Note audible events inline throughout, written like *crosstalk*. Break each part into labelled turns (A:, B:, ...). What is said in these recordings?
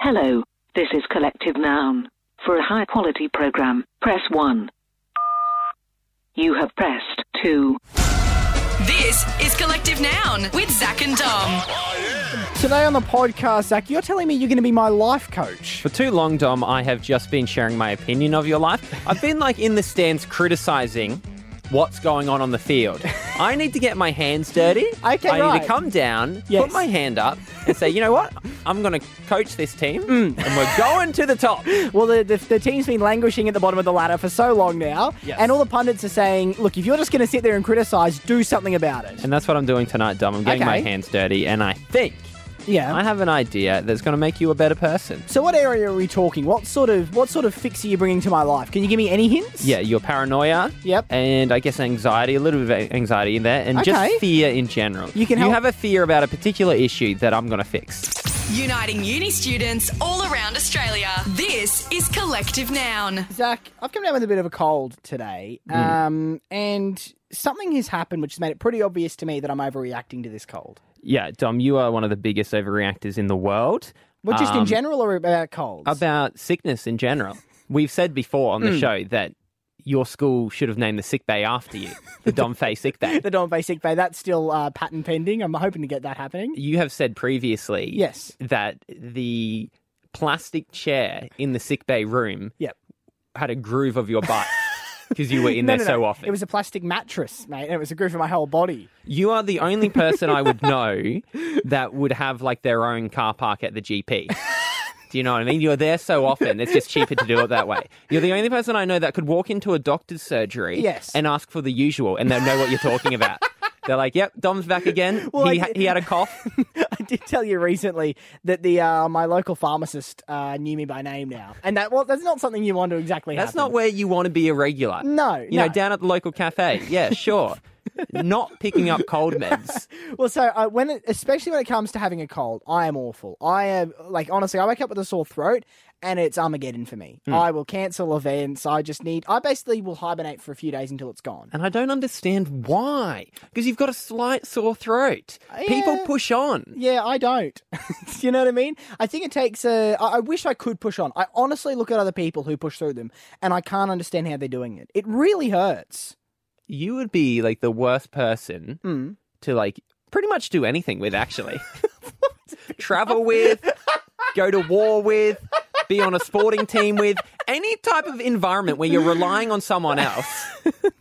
A: Hello, this is collective noun. For a high quality program, press 1. You have pressed 2.
B: This is Collective Noun with Zach and Dom.
C: Today on the podcast, Zach, you're telling me you're going to be my life coach.
D: For too long, Dom, I have just been sharing my opinion of your life. I've been like in the stands criticizing what's going on on
C: *laughs*
D: the field. I need to get my hands dirty.
C: Okay,
D: I need
C: right.
D: to come down,
C: Yes.
D: put my hand up, and say, you know what? I'm going to coach this team,
C: Mm.
D: and we're going to the
C: *laughs*
D: top.
C: Well, the, the, the team's been languishing at the bottom of the ladder for so long now,
D: Yes.
C: and all the pundits are saying, look, if you're just going to sit there and criticise, do something about it.
D: And that's what I'm doing tonight, Dom. I'm getting my
C: Okay. Oh.
D: hands dirty, and I think
C: yeah.
D: I have an idea that's going to make you a better person.
C: so, what area are we talking? What sort of what sort of fix are you bringing to my life? Can you give me any hints?
D: Yeah, your paranoia.
C: Yep.
D: And I guess anxiety, a little bit of anxiety in there, and
C: Okay.
D: just fear in general.
C: You can
D: You
C: help-
D: have a fear about a particular issue that I'm going to fix.
B: Uniting uni students all around Australia. This is Collective Noun.
C: Zach, I've come down with a bit of a cold today,
D: Mm.
C: um, and something has happened which has made it pretty obvious to me that I'm overreacting to this cold.
D: Yeah, Dom, you are one of the biggest overreactors in the world.
C: Well, just in
D: Um,
C: general or about colds?
D: About sickness in general. We've said before on the
C: Hmm.
D: show that your school should have named the sick bay after you, the Dom Fay sick
C: *laughs*
D: bay.
C: the Don Basic Bay. That's still uh, patent pending. I'm hoping to get that happening.
D: You have said previously
C: Yes.
D: that the plastic chair in the sick bay room
C: Yep.
D: had a groove of
C: *laughs*
D: your butt because you were in there so often.
C: It was a plastic mattress, mate. And it was a groove for my whole body. *laughs*
D: You are the only person I would know that would have like their own car park at the GP. Do you know what I mean? You're there so often, it's just cheaper to do it that way. You're the only person I know that could walk into a doctor's surgery
C: Yes.
D: and ask for the usual, and they'll know what you're talking about. They're like, yep, Dom's back again.
C: Well,
D: he,
C: I
D: ha-
C: did-
D: he had
C: *laughs*
D: a cough.
C: I did tell you recently that the uh, my local pharmacist uh, knew me by name now, and that well, that's not something you want to exactly.
D: That's
C: happen.
D: not where you want to be a regular.
C: No,
D: You
C: no.
D: know, down at the local cafe. Yeah, sure. not picking up cold meds.
C: Well, so uh, when it, especially when it comes to having a cold, I am awful. I am like honestly, I wake up with a sore throat, and it's Armageddon for
D: Hmm.
C: me. I will cancel events. I just need. I basically will hibernate for a few days until it's gone.
D: And I don't understand why. Because you've got a slight sore throat. People
C: Uh, Yeah.
D: push on.
C: Yeah, I don't. *laughs* you know what I mean? I think it takes a. I I wish I could push on. I honestly look at other people who push through them, and I can't understand how they're doing it. It really hurts.
D: You would be like the worst person
C: Mm.
D: to like pretty much do anything with,
C: *laughs*
D: actually. Travel with, go to war with, be on a sporting team with, any type of environment where you're relying on someone else.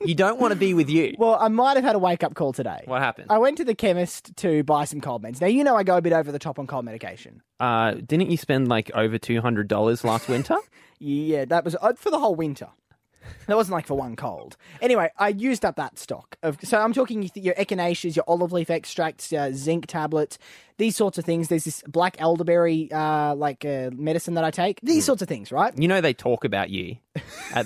D: You don't want to be with you.
C: Well, I might have had a wake up call today.
D: What happened?
C: I went to the chemist to buy some cold meds. Now you know I go a bit over the top on cold medication.
D: Uh, didn't you spend like over $200 last winter?
C: Yeah, that was uh, for the whole winter. That wasn't like for one cold. Anyway, I used up that stock of. So I'm talking your echinaceas, your olive leaf extracts, uh, zinc tablets, these sorts of things. There's this black elderberry uh, like uh, medicine that I take.
D: Hmm.
C: These sorts of things, right?
D: You know they talk about you at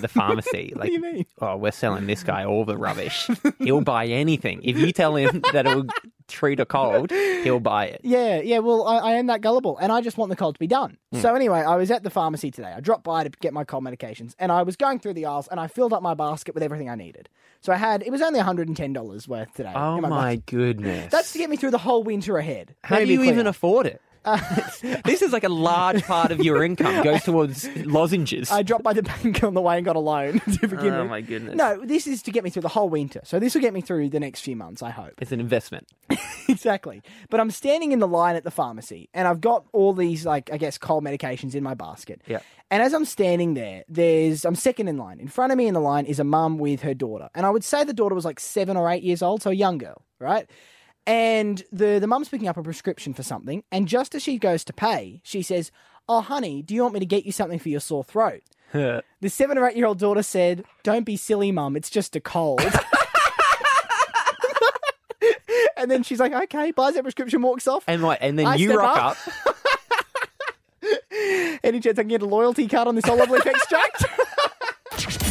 C: *laughs*
D: the pharmacy. like,
C: do you mean?
D: oh, we're selling this guy all
C: *laughs*
D: the rubbish. he'll buy anything if you tell him that it'll treat a cold. He'll buy it.
C: Yeah, yeah. Well, I, I am that gullible, and I just want the cold to be done.
D: Hmm.
C: So anyway, I was at the pharmacy today. I dropped by to get my cold medications, and I was going through the aisles, and I filled up my basket with everything I needed. So I had it was only 110 dollars worth today.
D: Oh
C: in
D: my,
C: basket.
D: goodness!
C: That's to get me through the whole winter ahead.
D: How
C: Let
D: do
C: me be
D: you even
C: clear. Uh, *laughs*
D: afford it? this is like a large part of your income goes towards lozenges.
C: I dropped by the *laughs* bank on the way and got a loan *laughs* to begin
D: oh
C: with.
D: my goodness!
C: No, this is to get me through the whole winter. So this will get me through the next few months, I hope.
D: it's an investment.
C: *laughs* exactly. But I'm standing in the line at the pharmacy and I've got all these like I guess cold medications in my basket.
D: Yeah.
C: And as I'm standing there, there's I'm second in line. In front of me in the line is a mum with her daughter. And I would say the daughter was like 7 or 8 years old, so a young girl, right? And the the mum's picking up a prescription for something and just as she goes to pay, she says, "Oh honey, do you want me to get you something for your sore throat?" The seven or eight year old daughter said, Don't be silly, mum. It's just a *laughs* cold. and then she's like, Okay, buys that prescription, walks off.
D: And like, and then
C: I
D: you
C: step
D: rock
C: up.
D: up.
C: Any chance I can get a loyalty card on this olive leaf extract?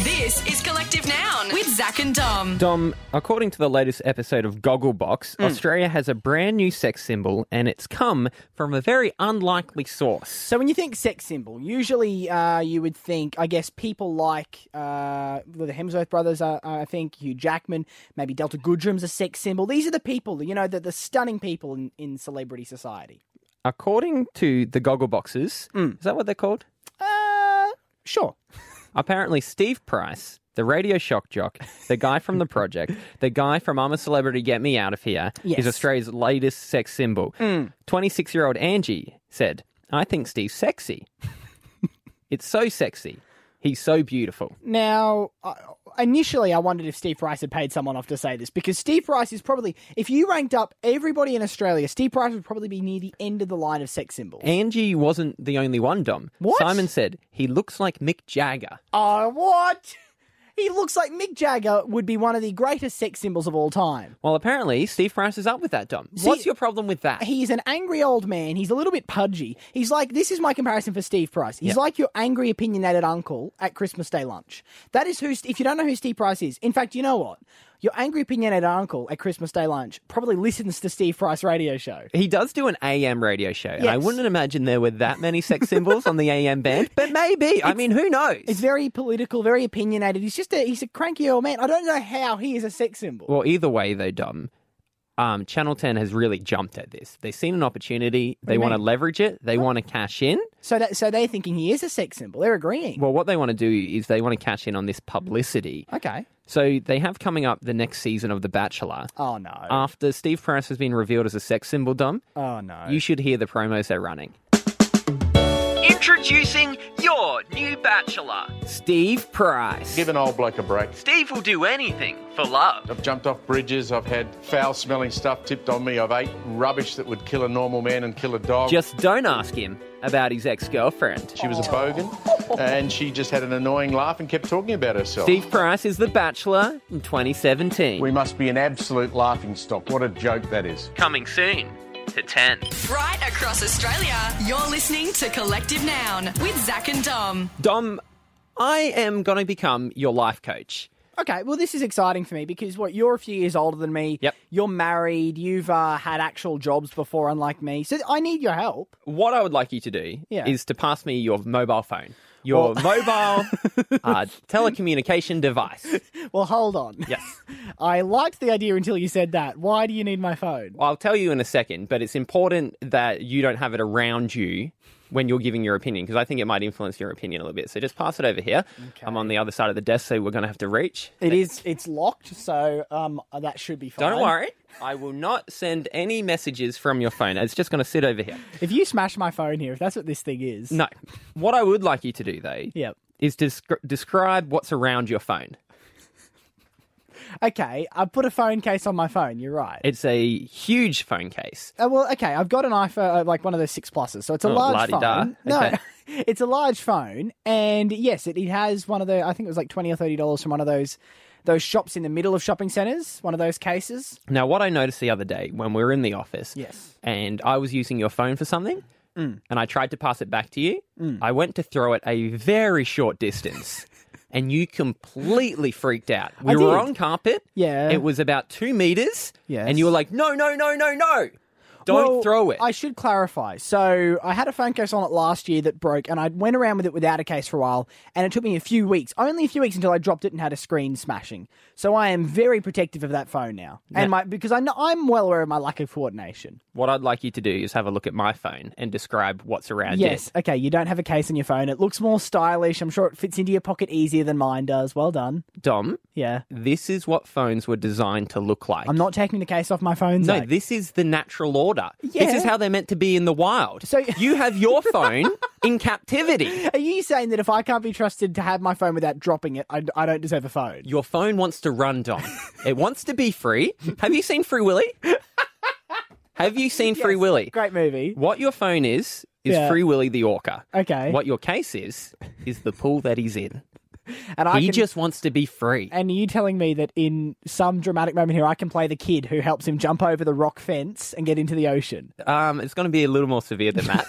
B: This is Collective Noun with Zach and Dom.
D: Dom, according to the latest episode of Gogglebox,
C: Hmm.
D: Australia has a brand new sex symbol, and it's come from a very unlikely
C: *laughs*
D: source.
C: so, when you think sex symbol, usually uh, you would think, I guess, people like uh, the Hemsworth brothers, uh, I think, Hugh Jackman, maybe Delta Goodrum's a sex symbol. These are the people, you know, the, the stunning people in, in celebrity society.
D: According to the goggle boxes,
C: Hmm.
D: is that what they're called?
C: Uh, sure.
D: Apparently, Steve Price, the Radio Shock jock, the guy from
C: *laughs*
D: The Project, the guy from I'm a Celebrity, Get Me Out of Here,
C: Yes. Mm.
D: is Australia's latest sex symbol. 26 year old Angie said, I think Steve's sexy.
C: *laughs*
D: it's so sexy. He's so beautiful.
C: Now, I- initially, I wondered if Steve Price had paid someone off to say this because Steve Price is probably, if you ranked up everybody in Australia, Steve Price would probably be near the end of the line of sex symbols.
D: Angie wasn't the only one, Dom.
C: What?
D: Simon said, he looks like Mick Jagger.
C: Oh, what? He looks like Mick Jagger would be one of the greatest sex symbols of all time.
D: Well, apparently, Steve Price is up with that, Dom.
C: See-
D: What's your problem with that?
C: He's an angry old man. He's a little bit pudgy. He's like, this is my comparison for Steve Price. He's like your angry, opinionated uncle at Christmas Day lunch. That is who, if you don't know who Steve Price is, in fact, you know what? Your angry, opinionated uncle at Christmas Day lunch probably listens to Steve Price radio show.
D: He does do an AM radio show, and I
C: Yes.
D: wouldn't imagine there were that many sex symbols on the AM band,
C: *laughs*
D: but maybe. I mean, who knows?
C: He's very political, very opinionated. He's just a, he's a cranky old man. I don't know how he is a sex symbol.
D: well, either way, though, Dom, um, Channel 10 has really jumped at this. They've seen an opportunity, they want to leverage it, they want to cash in.
C: so that, so they're thinking he is a sex symbol. They're agreeing.
D: Well, what they want to do is they want to cash in on this publicity.
C: okay.
D: So they have coming up the next season of The Bachelor.
C: Oh no.
D: After Steve Price has been revealed as a sex symbol, Dom,
C: oh no.
D: You should hear the promos they're running. Introducing your new bachelor, Steve Price.
E: Give an old bloke a break.
D: Steve will do anything for love.
E: I've jumped off bridges, I've had foul smelling stuff tipped on me, I've ate rubbish that would kill a normal man and kill a dog.
D: Just don't ask him about his ex girlfriend.
E: she was a bogan and she just had an annoying laugh and kept talking about herself.
D: Steve Price is the bachelor in 2017.
E: We must be an absolute laughing stock. What a joke that is.
D: Coming soon to 10.
B: Right across Australia, you're listening to Collective Noun with Zach and Dom.
D: Dom, I am going to become your life coach.
C: Okay, well, this is exciting for me because what you're a few years older than me.
D: Yep.
C: You're married. You've uh, had actual jobs before, unlike me. So I need your help.
D: What I would like you to do
C: Yeah.
D: is to pass me your mobile phone, your mobile uh, telecommunication device.
C: Well, hold on.
D: Yes.
C: *laughs* I liked the idea until you said that. Why do you need my phone?
D: I'll tell you in a second, but it's important that you don't have it around you when you're giving your opinion because I think it might influence your opinion a little bit. So just pass it over here. I'm on the other side of the desk, so we're going to have to reach.
C: It is. It's locked, so um, that should be fine.
D: Don't worry. I will not send any messages from your phone. It's just going to sit over here.
C: If you smash my phone here, if that's what this thing is.
D: No. What I would like you to do, though,
C: Yep.
D: is descri- describe what's around your phone.
C: Okay, I put a phone case on my phone. You're right.
D: It's a huge phone case.
C: Uh, well, okay, I've got an iPhone, uh, like one of those six pluses, so it's a
D: Oh,
C: large
D: la-di-da.
C: phone. No,
D: Okay.
C: *laughs* it's a large phone, and yes, it, it has one of the. I think it was like twenty or thirty dollars from one of those those shops in the middle of shopping centres. One of those cases.
D: Now, what I noticed the other day when we were in the office,
C: Yes. Mm.
D: and I was using your phone for something, and I tried to pass it back to you, I went to throw it a very
C: *laughs*
D: short distance, and you completely freaked out. We were
C: did.
D: on carpet.
C: Yeah.
D: It was about two meters.
C: Yes.
D: And you were like, no, no, no, no, no. Don't
C: Well,
D: throw it.
C: I should clarify. So I had a phone case on it last year that broke, and I went around with it without a case for a while, and it took me a few weeks, only a few weeks until I dropped it and had a screen smashing. So I am very protective of that phone now, and my because I know, I'm well aware of my lack of coordination.
D: what I'd like you to do is have a look at my phone and describe what's around
C: Yes. Okay. You don't have a case on your phone. It looks more stylish. I'm sure it fits into your pocket easier than mine does. Well done.
D: it. Dom,
C: Yeah.
D: this is what phones were designed to look like.
C: I'm not taking the case off my phone.
D: No,
C: Zach.
D: this is the natural order. This
C: Yeah.
D: is how they're meant to be in the wild.
C: So- *laughs*
D: you have your phone in captivity.
C: Are you saying that if I can't be trusted to have my phone without dropping it, I, I don't deserve a phone?
D: Your phone wants to run, Dom. It wants to be free. Have you seen Free Willy? Have you seen Free
C: Yes.
D: Willy?
C: Great movie.
D: What your phone is is
C: Yeah.
D: Free Willy the orca.
C: Okay.
D: What your case is is the pool that he's in.
C: And I
D: he
C: can,
D: just wants to be free.
C: and are you telling me that in some dramatic moment here, I can play the kid who helps him jump over the rock fence and get into the ocean?
D: Um, it's going to be a little more severe than that.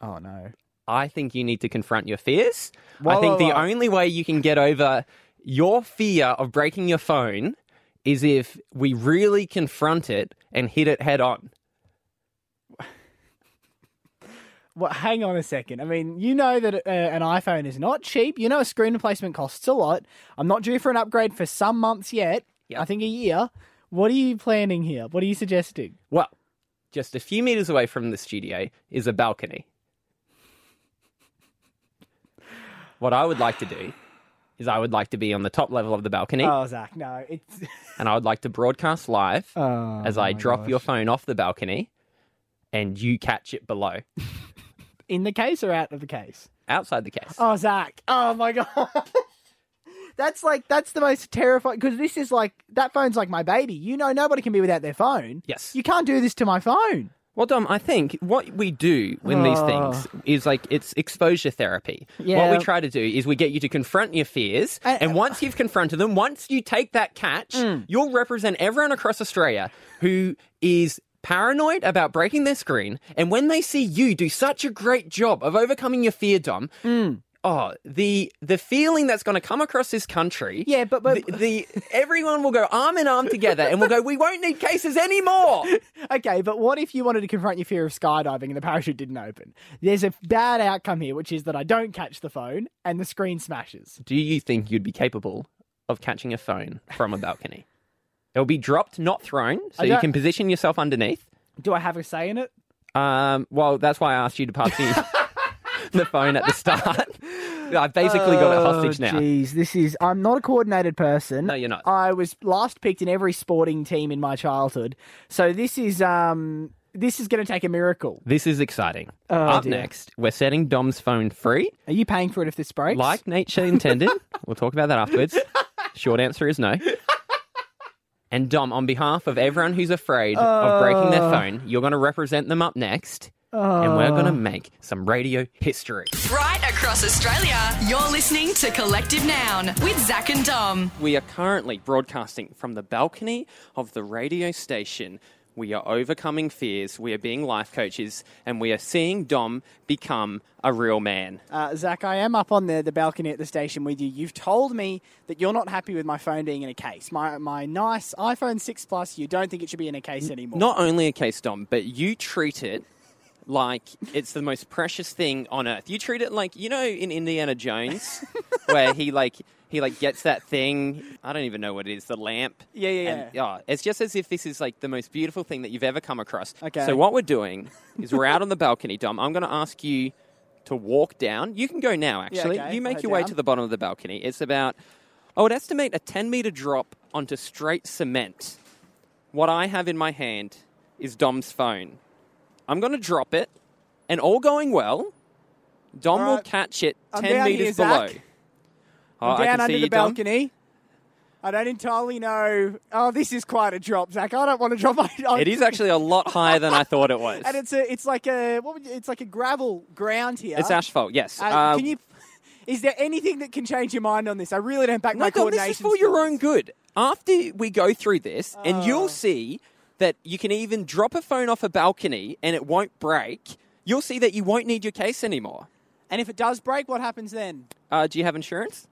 C: Oh no.
D: I think you need to confront your fears. I
C: Whoa,
D: think
C: whoa,
D: the
C: whoa.
D: only way you can get over your fear of breaking your phone is if we really confront it and hit it head on.
C: Well, hang on a second. I mean, you know that uh, an iPhone is not cheap. You know, a screen replacement costs a lot. I'm not due for an upgrade for some months yet.
D: Yep.
C: I think a year. What are you planning here? What are you suggesting?
D: Well, just a few meters away from the studio is a balcony. What I would like to do is I would like to be on the top level of the balcony
C: Oh, Zach, no,
D: *laughs*
C: it's
D: and I would like to broadcast live
C: Oh,
D: as I drop your phone off the balcony and you catch it below
C: in the case or out of the case.
D: outside the case.
C: Oh, Zach. Oh my god. *laughs* that's like that's the most terrifying because this is like that phone's like my baby. You know, nobody can be without their phone.
D: Yes.
C: You can't do this to my phone.
D: Well, Dom, I think what we do when these things is like it's exposure therapy.
C: Oh. Yeah.
D: What we try to do is we get you to confront your fears,
C: And-
D: and, once you've confronted them, once you take that catch,
C: Mm.
D: you'll represent everyone across Australia who is paranoid about breaking their screen. And when they see you do such a great job of overcoming your fear, Dom,
C: Mm.
D: oh, the the feeling that's going to come across this country.
C: Yeah, but- but-
D: the, the everyone will go arm in arm together, and we'll go, we won't need
C: *laughs*
D: cases anymore.
C: Okay, but what if you wanted to confront your fear of skydiving and the parachute didn't open? There's a bad outcome here, which is that I don't catch the phone and the screen smashes.
D: Do you think you'd be capable of catching a phone from a balcony? It'll be dropped, not thrown, so
C: I
D: you
C: don't-
D: can position yourself underneath.
C: Do I have a say in it?
D: Um, well, that's why I asked you to pass the, *laughs* the phone at the start. *laughs* I've basically got it hostage now.
C: Jeez, Oh, this is. I'm not a coordinated person.
D: No, you're not.
C: I was last picked in every sporting team in my childhood, so this is um, this is going to take a miracle.
D: This is exciting.
C: Oh,
D: Up
C: dear.
D: next, we're setting Dom's phone free,
C: Are you paying for it if this breaks?
D: *laughs* like nature intended. we'll talk about that afterwards. Short answer is no. And Dom, on behalf of everyone who's afraid of breaking their phone, you're going to represent them up next. and we're going to make some radio history.
B: Right across Australia, you're listening to Collective Noun with Zach and Dom.
D: We are currently broadcasting from the balcony of the radio station. We are overcoming fears, we are being life coaches, and we are seeing Dom become a real man.
C: uh, Zach, I am up on the, the balcony at the station with you. You've told me that you're not happy with my phone being in a case. My my nice iPhone six plus. You don't think it should be in a case anymore.
D: Not only a case, Dom, but you treat it like it's the most precious thing on earth. You treat it like you know in
C: *laughs*
D: Indiana Jones, where he like he like gets that thing. I don't even know what it is. The lamp.
C: Yeah, yeah,
D: And, yeah, it's just as if this is like the most beautiful thing that you've ever come across.
C: Okay.
D: So what we're doing is we're out on the balcony, Dom. I'm going to ask you to walk down. You can go now. Actually,
C: okay,
D: you make
C: head
D: your way
C: down.
D: to the bottom of the balcony. It's about I would estimate a 10 meter drop onto straight cement. What I have in my hand is Dom's phone. I'm going to drop it, and all going well, Dom
C: All
D: will
C: right.
D: catch it
C: I'm
D: 10
C: down
D: meters
C: here,
D: below.
C: Zach.
D: Oh, I
C: down
D: can see
C: under the
D: you, Dom.
C: balcony. I don't entirely know. Oh, this is quite a drop, Zach. I don't want to *laughs* drop. I, I,
D: It is actually a lot higher than I thought it was.
C: *laughs* and it's a, it's like a, what would you, it's like a gravel ground here.
D: It's asphalt, yes.
C: Uh,
D: Uh,
C: can you? *laughs* Is there anything that can change your mind on this? I really don't back
D: no,
C: my
D: Dom,
C: coordination.
D: this is for your
C: skills. Oh.
D: own good. After we go through this, and you'll see that you can even drop a phone off a balcony and it won't break, you'll see that you won't need your case anymore.
C: And if it does break, what happens then?
D: Uh, do you have insurance?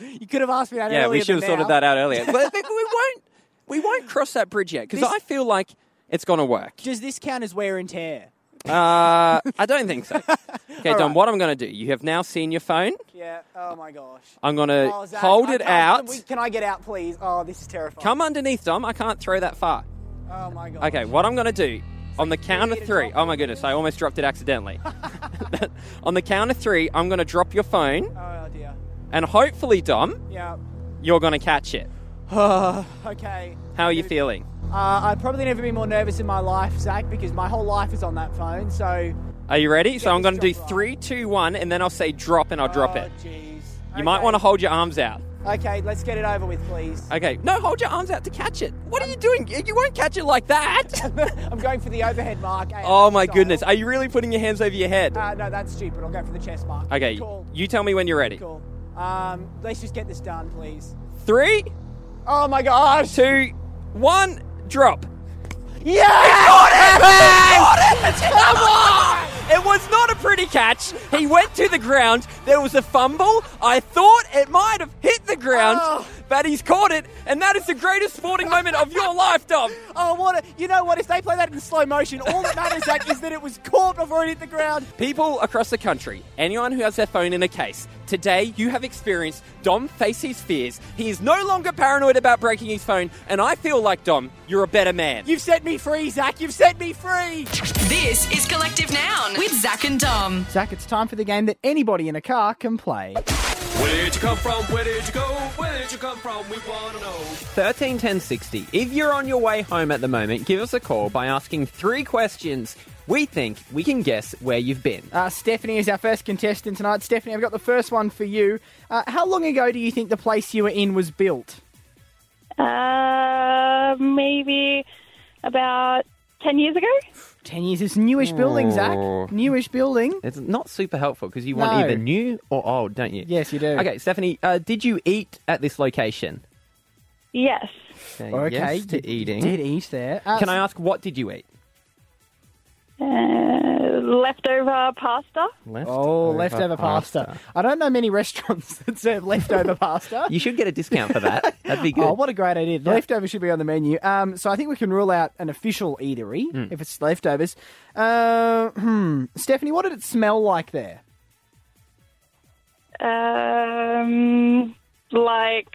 C: You could have asked me that earlier.
D: Yeah, we
C: than
D: should have sorted
C: now.
D: that out earlier. *laughs* but, but we won't. We won't cross that bridge yet because
C: This-
D: I feel like it's going to work.
C: Does this count as wear and tear?
D: Uh, I don't think
C: *laughs*
D: so. Okay, Dom.
C: right.
D: What I'm going to do? You have now seen your phone.
C: Yeah. Oh my gosh.
D: I'm going to
C: Oh, Zach,
D: Uh, hold
C: I
D: it
C: can't-
D: out.
C: we- Can I get out, please? Oh, this is terrifying.
D: Come underneath, Dom. I can't throw that far.
C: Oh my god.
D: Okay, what I'm going to do on the count of
C: need to
D: three.
C: drop
D: Oh my goodness, I almost dropped it accidentally.
C: *laughs*
D: *laughs* on the count of three, I'm going to drop your phone,
C: Oh dear.
D: and hopefully, Dom,
C: Yeah.
D: you're going to catch it.
C: Okay.
D: How are you feeling?
C: Uh, I've probably never been more nervous in my life, Zach, because my whole life is on that phone. So
D: Are you ready? So
C: Yeah,
D: I'm going
C: just
D: to do
C: drop it.
D: three, two, one, and then I'll say drop, and I'll drop
C: Oh,
D: it.
C: Jeez.
D: You might want to hold your arms out.
C: Okay, let's get it over with, please.
D: Okay, no, hold your arms out to catch it. What are you doing? You won't catch it
C: *laughs*
D: like that.
C: I'm going for the overhead mark. eh,
D: oh my
C: style.
D: goodness, are you really putting your hands over your head?
C: Uh, no, that's stupid. I'll go for the chest mark.
D: Okay,
C: Cool.
D: you tell me when you're ready.
C: Cool. Um, let's just get this done, please.
D: Three,
C: Oh my gosh.
D: two, one, drop.
C: Yeah.
D: Come on! It was not a pretty catch. He went to the ground. There was a fumble. I thought it might have hit the ground,
C: Oh.
D: but he's caught it, and that is the greatest sporting moment of your life, Dom.
C: Oh, what? A, you know what? If they play that in slow motion, all that matters, Zach, is that it was caught before it hit the ground.
D: People across the country, anyone who has their phone in a case, Today, you have experienced Dom face his fears. He is no longer paranoid about breaking his phone, and I feel like, Dom, you're a better man. You've set me free, Zach. You've set me free.
B: This is Collective Noun with Zach and Dom.
C: Zach, it's time for the game that anybody in a car can play.
F: Where did you come from? Where did you go? Where did you come from? We wanna know.
D: 13 10 60. If you're on your way home at the moment, give us a call by asking three questions. We think we can guess where you've been.
C: Uh, Stephanie is our first contestant tonight. Stephanie, I've got the first one for you. Uh, how long ago do you think the place you were in was built?
G: Uh, maybe about 10 years ago?
C: 10 years. It's a newish building,
D: Oh.
C: Zach. Newish building.
D: It's not super helpful because you want
C: No.
D: either new or old, don't you?
C: Yes, you do.
D: Okay, Stephanie, uh, did you eat at this location?
G: Yes.
D: Say
C: Okay.
D: yes to
C: you
D: eating.
C: Did eat there. Uh,
D: Can I ask what did you eat?
G: Uh, leftover pasta?
C: Oh, leftover pasta. I don't know many *laughs* restaurants that serve leftover pasta.
D: *laughs* You should get a discount for
C: *laughs*
D: that. That'd be good.
C: Oh, what a great idea. The leftover should be on the menu. Um, so I think we can rule out an official eatery
D: Hmm.
C: if it's leftovers. Uh, hmm. Stephanie, what did it smell like there?
G: Um, like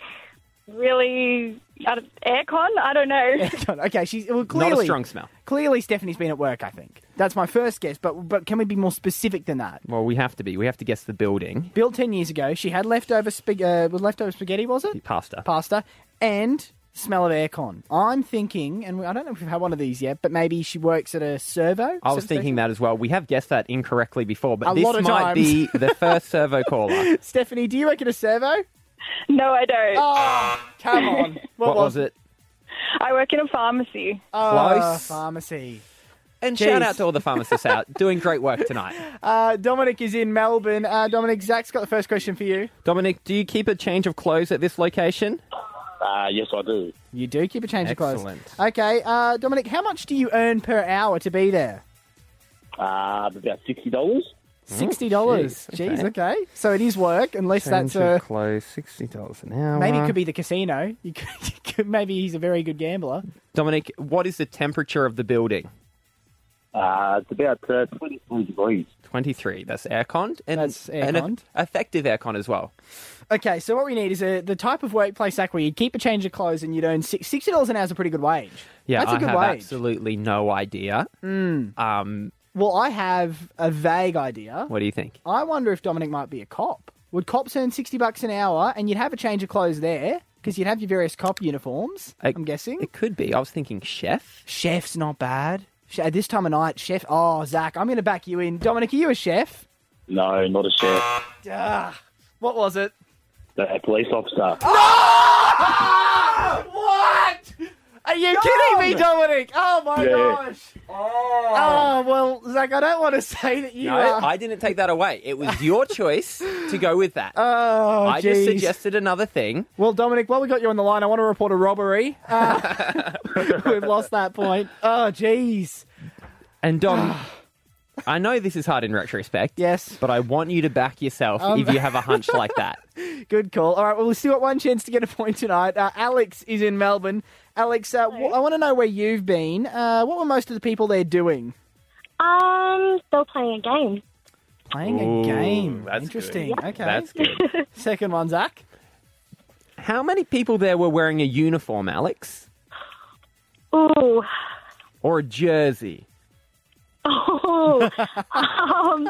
G: really I don't- aircon? I don't know.
C: *laughs* okay, she's well
D: Not
C: clearly
D: a strong smell.
C: Clearly, Stephanie's been at work. I think that's my first guess. But but can we be more specific than that?
D: Well, we have to be. We have to guess the building.
C: Built ten years ago, she had leftover spag- uh, was leftover spaghetti, was it?
D: Pasta.
C: Pasta and smell of aircon. I'm thinking, and we- I don't know if we've had one of these yet, but maybe she works at a servo.
D: I was
C: service
D: thinking that as well. We have guessed that incorrectly before, but
C: A
D: this
C: lot of times.
D: might be the first servo caller.
C: *laughs* station. Stephanie, do you work at a servo?
G: *laughs* No, I don't.
C: Oh,
D: *laughs*
C: come on. What,
D: What was it?
G: I work in a pharmacy.
C: Oh,
D: Close.
C: pharmacy.
D: uh, And shout
C: Jeez.
D: out to all the
C: *laughs*
D: pharmacists out doing great work tonight.
C: Uh, Dominic is in Melbourne. Uh, Dominic, Zach's got the first question for you.
D: Dominic, do you keep a change of clothes at this location?
H: Uh, yes, I do.
C: You do keep a change of
D: Excellent.
C: clothes. Okay, uh, Dominic, how much do you earn per hour to be there?
H: Uh, about sixty dollars.
C: Sixty dollars.
D: jeez,
C: Jeez, okay. So it is work, unless that's a
D: clothes, sixty dollars an hour.
C: maybe it could be the casino. *laughs* You could, you could- maybe he's a very good gambler.
D: Dominic, what is the temperature of the building?
H: Uh, it's about uh, twenty-three degrees.
D: 23. That's aircon. And
C: That's
D: and eff-
C: airconned.
D: effective aircon as well.
C: Okay, so what we need is a, the type of workplace Zach, where you keep a change of clothes and you'd earn six, sixty dollars an hour is a pretty good wage.
D: Yeah,
C: that's a
D: I
C: good
D: have
C: wage.
D: absolutely no idea. Um,
C: Well, I have a vague idea.
D: what do you think?
C: I wonder if Dominic might be a cop. Would cops earn sixty bucks an hour, and you'd have a change of clothes there because you'd have your various cop uniforms? I,
D: I-
C: am guessing.
D: It could be. I was thinking chef.
C: Chef's not bad. Sh- At this time of night, chef. Oh, Zach, I'm going to back you in. Dominic, are you a chef?
H: No, not a chef.
C: Duh. What was *laughs* it?
H: A police officer.
C: What? Are you kidding me, Dominic? Oh my
H: Yeah.
C: gosh. Oh. well, Zach, I don't want to say that you
D: No,
C: are.
D: I didn't take that away. It
C: *laughs*
D: was your choice to go with that.
C: oh,
D: I just
C: jeez.
D: suggested another thing.
C: Well, Dominic, while we got you on the line, I want to report a
D: *laughs*
C: robbery. Uh, *laughs* we've lost that point. Oh, jeez.
D: And
C: *sighs*
D: Dom, I know this is hard in retrospect.
C: Yes.
D: But I want you to back yourself
C: Um,
D: if you have a hunch
C: *laughs*
D: like that.
C: Good call. All right, well, we've still got one chance to get a point tonight. Uh, Alex is in Melbourne. Alex, uh, w- I want to know where you've been. Uh, what were most of the people there doing?
I: Um, they were playing a game.
C: Playing
D: Ooh,
C: a game.
D: that's
C: Interesting.
D: good.
C: Okay.
D: That's
C: *laughs*
D: good.
C: Second one, Zach.
D: How many people there were wearing a uniform, Alex?
I: Ooh. *laughs*
D: Or a jersey?
I: Oh. um,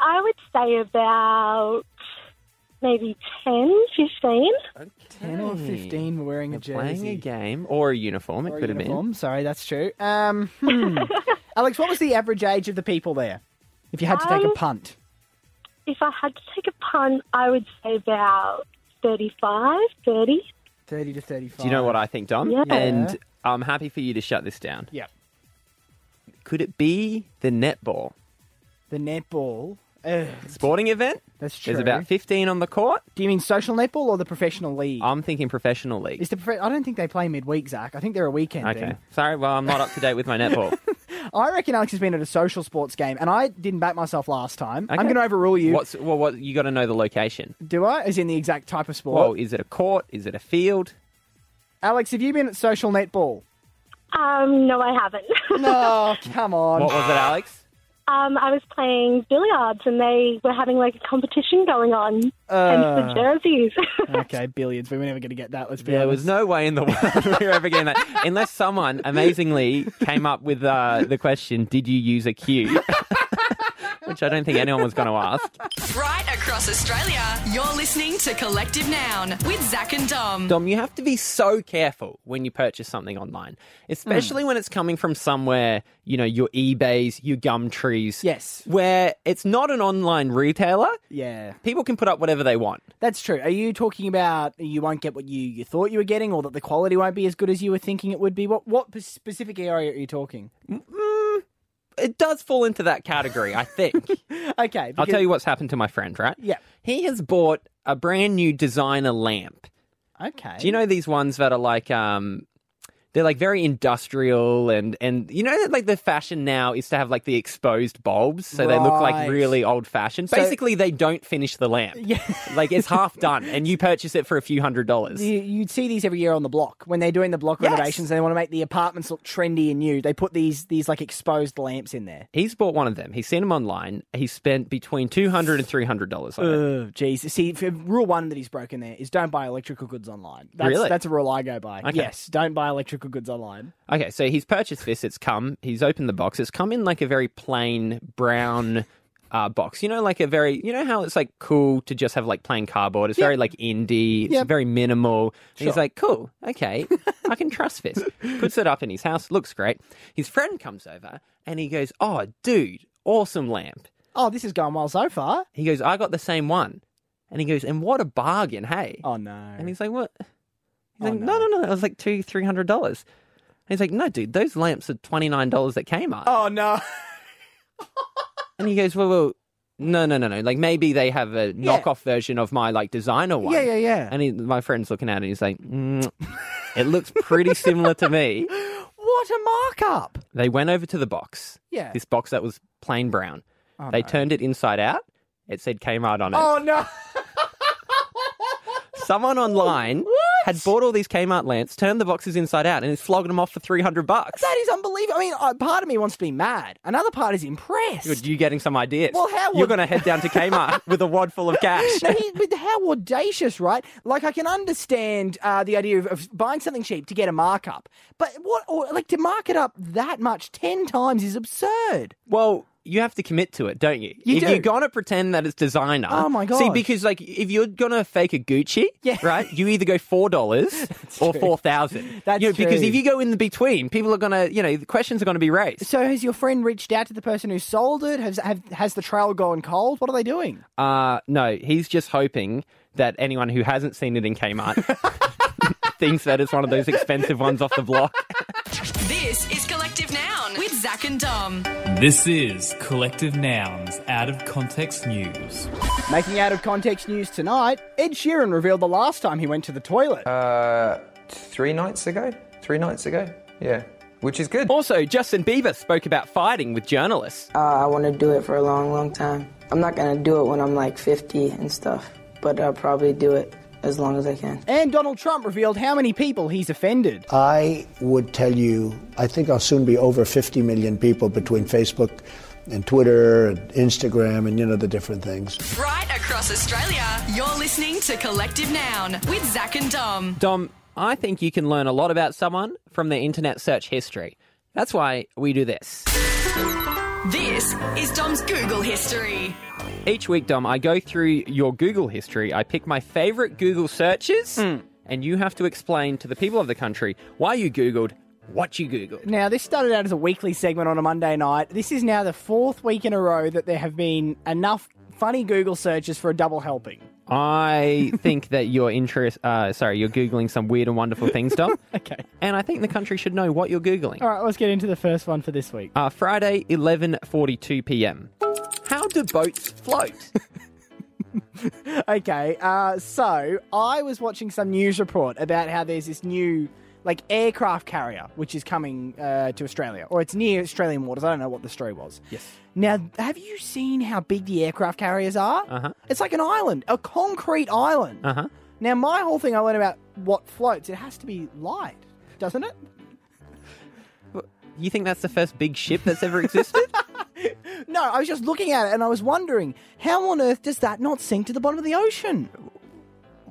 I: I would say about maybe 10, 15.
C: 10 or 15 were wearing a jersey.
D: Playing a game or a uniform, it
C: Or a
D: could have been.
C: uniform. Sorry, that's true. Um, hmm. Alex, what was the average age of the people there? If you had to take a
I: Um,
C: punt.
I: If I had to take a pun, I would say about 35, 30.
C: 30 to 35.
D: Do you know what I think, Dom?
I: Yeah.
D: And I'm happy for you to shut this down.
C: Yep.
D: Could it be the netball?
C: The netball. Ugh,
D: Sporting event?
C: that's true.
D: There's about 15 on the court.
C: Do you mean social netball or the professional league?
D: I'm thinking professional league.
C: Is the prof- I don't think they play midweek, Zach. I think they're a weekend
D: okay.
C: thing.
D: Sorry, well, I'm not up to date with my
C: *laughs*
D: netball.
C: I reckon Alex has been at a social sports game, and I didn't back myself last time. I'm
D: Okay.
C: going to overrule you.
D: What's well? What you got to know the location.
C: Do I? As in the exact type of sport.
D: Well, is it a court? Is it a field?
C: Alex, have you been at social netball?
I: Um, no, I haven't.
C: No, come on. *sighs*
D: What was it, Alex?
I: *laughs* Um, I was playing billiards and they were having like a competition going on. and for jerseys. *laughs*
C: Okay, billions. We were never going to get that. Let's be
D: There
C: honest.
D: was no way in the world *laughs* we were ever getting that. Unless someone amazingly came up with uh, the question, did you use a cue? *laughs* Which I don't think anyone was going to ask.
B: Right across Australia, you're listening to Collective Noun with Zach and Dom.
D: Dom, you have to be so careful when you purchase something online, especially
C: Hmm.
D: when it's coming from somewhere, you know, your eBays, your Gumtrees.
C: Yes.
D: Where it's not an online retailer.
C: Yeah,
D: People can put up whatever they want.
C: that's true. Are you talking about you won't get what you, you thought you were getting, or that the quality won't be as good as you were thinking it would be? What what p- specific area are you talking?
D: It does fall into that category, I think.
C: Okay,
D: I'll tell you what's happened to my friend, right?
C: Yeah.
D: He has bought a brand new designer lamp.
C: Okay,
D: Do you know these ones that are like um they're like very industrial and and you know that like the fashion now is to have like the exposed bulbs so they look
C: Right.
D: like really old fashioned. Basically they don't finish the lamp.
C: *laughs* Yeah.
D: like it's half done and you purchase it for a few hundred dollars.
C: You, you'd see these every year on the block when they're doing the block
D: Yes.
C: renovations. and They want to make the apartments look trendy and new. They put these these like exposed lamps in there.
D: He's bought one of them. He's seen them online. He spent between two hundred and three hundred dollars on it.
C: Oh, jeez. See, for rule one that he's broken there is don't buy electrical goods online. That's,
D: Really?
C: That's a rule I go by.
D: Okay.
C: Yes, don't buy electrical goods online.
D: Okay, so he's purchased this. It's come. He's opened the box. It's come in like a very plain brown uh, box. You know, like a very. You know how it's like cool to just have like plain cardboard. It's very like indie. It's
C: Yep.
D: very minimal. And he's like, cool. Okay, I can trust this. Puts it up in his house. Looks great. His friend comes over and he goes, "Oh, dude, awesome lamp."
C: Oh, this has gone well so far.
D: He goes, "I got the same one," and he goes, "And what a bargain, hey!"
C: Oh no.
D: And he's like, "What?" He's like,
C: Oh, no.
D: "No, no, no, that was like two, three hundred dollars." He's like, "No, dude, those lamps are twenty nine dollars at Kmart."
C: oh
D: *laughs*
C: no.
D: And he goes, "Well, well, no, no, no, no. Like maybe they have a knockoff version of my like designer one."
C: Yeah, yeah, yeah.
D: And he, my friend's looking at it, and he's like, mm, "It looks pretty similar
C: *laughs*
D: to me."
C: what a markup.
D: They went over to the box.
C: Yeah.
D: This box that was plain brown. they turned it inside out. It said Kmart on it. *laughs*
C: Oh no.
D: Someone online had bought all these Kmart lamps, turned the boxes inside out, and is flogging them off for three hundred bucks.
C: That is unbelievable. I mean, uh, part of me wants to be mad. Another part is impressed.
D: Good, you getting some ideas.
C: Well, how
D: You're
C: would-
D: going to head down
C: *laughs*
D: to Kmart with a wad full of cash.
C: No, he, but how audacious, right? Like I can understand uh, the idea of, of buying something cheap to get a markup, but what, or, like to mark it up that much ten times is absurd.
D: Well, you have to commit to it, don't you?
C: You
D: if
C: do.
D: you're going to pretend that it's designer.
C: Oh, my
D: See,
C: gosh.
D: because like if you're going to fake a Gucci,
C: Yeah.
D: right? You either
C: *laughs*
D: go $4 or
C: true.
D: 4000.
C: That's
D: you know, because
C: true.
D: if you go in the between, people are going to, you know, the questions are going to be raised.
C: So has your friend reached out to the person who sold it? Has have, has the trail gone cold? What are they doing?
D: Uh no, he's just hoping that anyone who hasn't seen it in Kmart *laughs* thinks that it's one of those expensive ones off the block.
B: This is Collective Noun with Zach and Dom.
J: This is Collective Nouns Out of Context News.
C: Making out of context news tonight, Ed Sheeran revealed the last time he went to the toilet.
K: three nights ago. Three nights ago. Yeah, which is good.
D: Also, Justin Bieber spoke about fighting with journalists.
H: I want to do it for a long, long time. I'm not going to do it when I'm like 50 and stuff, but I'll probably do it as long as I can.
C: and Donald Trump revealed how many people he's offended.
K: I would tell you, I think I'll soon be over 50 million people between Facebook and Twitter and Instagram and you know the different things.
B: Right across Australia, you're listening to Collective Noun with Zach and Dom.
D: Dom, I think you can learn a lot about someone from their internet search history. That's why we do this.
B: This is Dom's Google history.
D: Each week, Dom, I go through your Google history. I pick my favorite Google searches,
C: Hmm.
D: and you have to explain to the people of the country why you Googled what you Googled.
C: Now, this started out as a weekly segment on a Monday night. This is now the fourth week in a row that there have been enough funny Google searches for a double helping. *laughs*
D: I think that you're interest. Uh, sorry, you're googling some weird and wonderful things, Dom.
C: *laughs* Okay.
D: And I think the country should know what you're googling.
C: All right, let's get into the first one for this week.
D: Uh, Friday, eleven forty-two p.m. How do boats
C: *laughs*
D: float?
C: Okay, uh, so I was watching some news report about how there's this new like aircraft carrier which is coming uh, to Australia or it's near Australian waters. I don't know what the story was. Yes. Now, have you seen how big the aircraft carriers are? Uh huh. It's like an island, a concrete island. Uh huh. Now, my whole thing I learned about what floats, it has to be light, doesn't it?
D: You think that's the first big ship that's ever existed?
C: No, I was just looking at it and I was wondering how on earth does that not sink to the bottom of the ocean?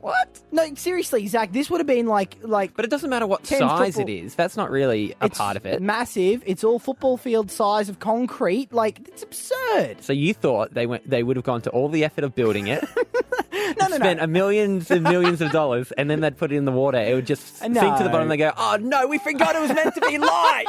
C: What? No, seriously, Zach. This would have been like like.
D: But it doesn't matter what size it is. That's not really a part of it.
C: Massive. It's all football field size of concrete. Like it's absurd.
D: So you thought they went? They would have gone to all the effort of building it.
C: *laughs* No, no,
D: spent a millions and millions of dollars, and then they'd put it in the water. It would just
C: No.
D: sink to the bottom. They go, "Oh no, we forgot it was meant to
C: *laughs*
D: be light."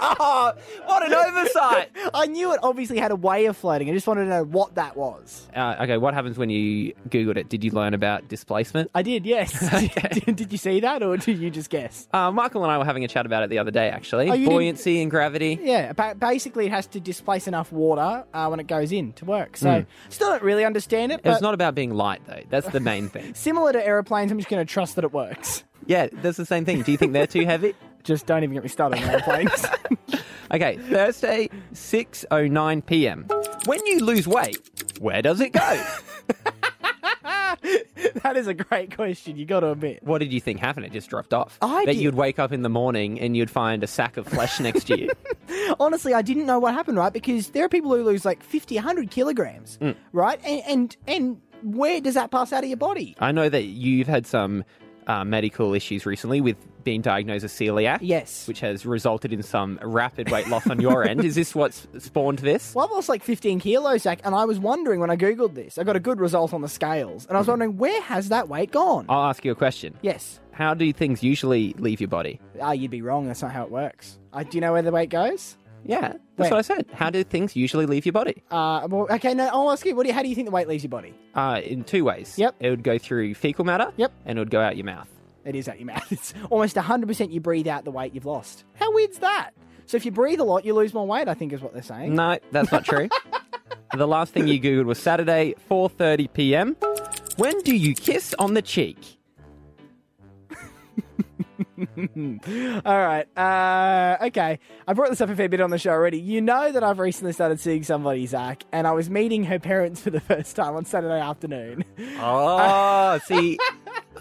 D: oh, what an oversight!
C: I knew it obviously had a way of floating. I just wanted to know what that was.
D: Uh, okay, what happens when you googled it? Did you learn about displacement?
C: I did,
D: *laughs*
C: yes. *laughs* did, did you see that, or did you just guess?
D: Uh, Michael and I were having a chat about it the other day, actually.
C: Oh, you didn't-
D: Buoyancy and gravity.
C: Yeah, ba- basically, it has to displace enough water uh, when it goes in to work. So,
D: Mm.
C: still don't really understand it.
D: It was
C: But
D: not about being light, though. That's the main thing.
C: similar to aeroplanes. I'm just going to trust that it works.
D: Yeah, that's the same thing. Do you think they're too heavy?
C: Just don't even get me started on
D: *laughs*
C: aeroplanes. *laughs*
D: Okay, Thursday, 6.09 p.m. When you lose weight, where does
C: *laughs*
D: it go?
C: that is a great question. You got to admit.
D: What did you think happened? It just dropped off.
C: I
D: that
C: did-
D: you'd wake up in the morning and you'd find a sack of flesh next
C: *laughs*
D: to you.
C: Honestly, I didn't know what happened, right? Because there are people who lose like 50, 100 kilograms,
D: Mm.
C: right? And, and and where does that pass out of your body?
D: I know that you've had some uh, medical issues recently with being diagnosed as celiac.
C: Yes.
D: Which has resulted in some rapid weight loss on your end. Is this what's spawned this?
C: Well, I've lost like 15 kilos, Zach, and I was wondering when I Googled this, I got a good result on the scales, and I was wondering where has that weight gone?
D: I'll ask you a question.
C: Yes.
D: How do things usually leave your body?
C: Ah, you'd be wrong. That's not how it works. Uh, do you know where the weight goes?
D: Yeah, that's what I said. How do things usually leave your body?
C: Uh, well, okay, no, I'll ask you, what do you, how do you think the weight leaves your body?
D: Uh, in two ways. Yep. It would go through fecal matter. Yep. And it would go out your mouth.
C: It is out your mouth. *laughs* It's almost 100% you breathe out the weight you've lost. How weird's that? So if you breathe a lot, you lose more weight, I think is what they're saying.
D: No, that's
C: *laughs*
D: not true. the last thing you googled was Saturday, 4:30 p.m. When do you kiss on the cheek?
C: *laughs* All right. Uh, okay. I brought this up a fair bit on the show already. You know that I've recently started seeing somebody, Zach, and I was meeting her parents for the *laughs* first time on Saturday afternoon.
D: Oh, see,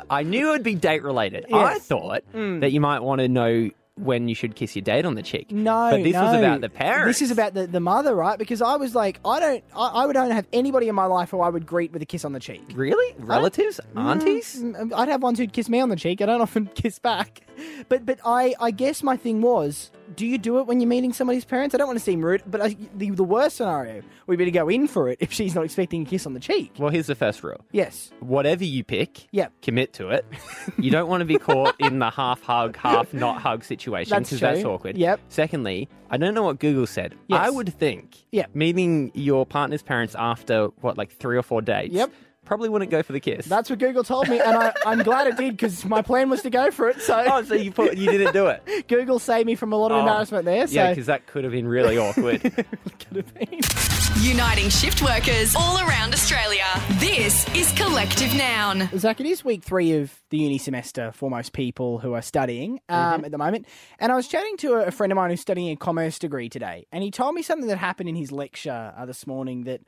D: I knew it'd be date related. I
C: Yes.
D: thought
C: Mm.
D: that you might want to know when you should kiss your date on the cheek.
C: No,
D: but this was
C: no.
D: about the parents.
C: This is about the, the mother, right? Because I was like, I don't, I, I don't have anybody in my life who I would greet with a kiss on the cheek.
D: really relatives, aunties.
C: Mm, I'd have ones who'd kiss me on the cheek. I don't often *laughs* kiss back. But but I, I guess my thing was, do you do it when you're meeting somebody's parents? I don't want to seem rude, but I, the, the worst scenario would be to go in for it if she's not expecting a kiss on the cheek.
D: Well, here's the first rule.
C: Yes.
D: Whatever you pick,
C: Yep.
D: commit
C: *laughs*
D: to it. You don't want to be caught in the half hug, half not hug situation
C: That's
D: because that's,
C: true.
D: awkward.
C: Yep.
D: Secondly, I don't know what Google said.
C: Yes.
D: I would think
C: Yep.
D: meeting your partner's parents after what, like three or four dates.
C: Yep.
D: Probably wouldn't go for the kiss.
C: That's what Google told me, and I, I'm glad it did because my plan was to go for it. So,
D: *laughs* *laughs* oh, so you put, you didn't do it.
C: *laughs* Google saved me from a lot of
D: Oh.
C: embarrassment there. So
D: Yeah, because that could have been
C: *laughs*
D: really awkward.
B: Uniting shift workers all around Australia. This is Collective Noun.
C: Zach, it is week three of the uni semester for most people who are studying um, at the moment. And I was chatting to a, a friend of mine who's studying a commerce degree today, and he told me something that happened in his lecture uh, this morning that,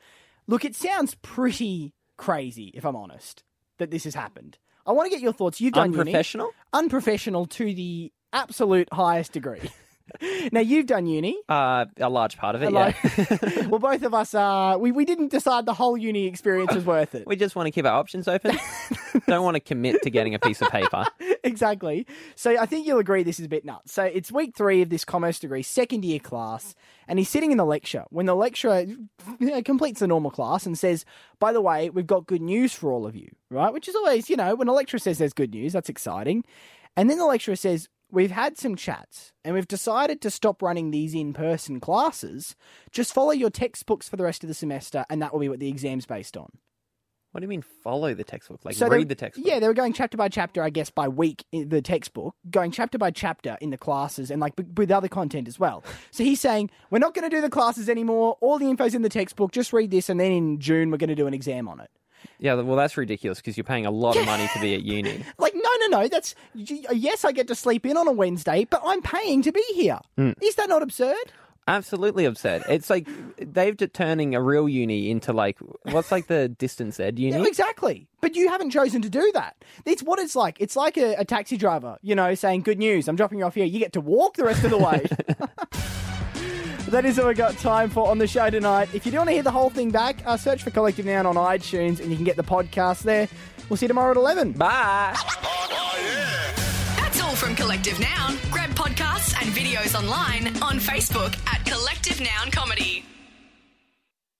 C: look, it sounds pretty crazy, if I'm honest, that this has happened. I want to get your thoughts. You've done uni.
D: Unprofessional?
C: Unprofessional to the absolute highest degree. *laughs* now, you've done uni.
D: Uh, a large part of it,
C: Hello.
D: yeah.
C: *laughs* well, both of us, uh, we, we didn't decide the whole uni experience was worth it.
D: *laughs* We just want to keep our
C: *laughs*
D: options open. don't want to commit to getting a piece of paper.
C: exactly. So I think you'll agree this is a bit nuts. So it's week three of this commerce degree, second year class, and he's sitting in the lecture when the lecturer completes the normal class and says, By the way, we've got good news for all of you, right? Which is always, you know, when a lecturer says there's good news, that's exciting. And then the lecturer says, We've had some chats and we've decided to stop running these in person classes. Just follow your textbooks for the rest of the semester, and that will be what the exam's based on
D: What do you mean follow the textbook? Like
C: they-
D: read the textbook?
C: Yeah, they were going chapter by chapter, I guess, by week in the textbook, going chapter by chapter in the classes and like b- with other content as well. So he's saying, we're not going to do the classes anymore. All the info's in the textbook. Just read this, and then in June we're going to do an exam on it.
D: Yeah, well, that's ridiculous because you're paying a lot of money to be at uni.
C: Like, no, no, no. That's y- yes, I get to sleep in on a Wednesday, but I'm paying to be here.
D: Hmm.
C: Is that not absurd?
D: Absolutely absurd. It's like they've de- turning a real uni into like what's like the distance ed uni.
C: Yeah, exactly. But you haven't chosen to do that. It's what it's like. It's like a, a taxi driver, you know, saying, Good news, I'm dropping you off here. You get to walk the rest of the way. *laughs* That is all we got time for on the show tonight. If you do want to hear the whole thing back, uh, search for Collective Noun on iTunes and you can get the podcast there. We'll see you tomorrow at 11.
D: Bye.
B: That's all from Collective Noun. Grab podcasts and videos online on Facebook at Collective Noun Comedy.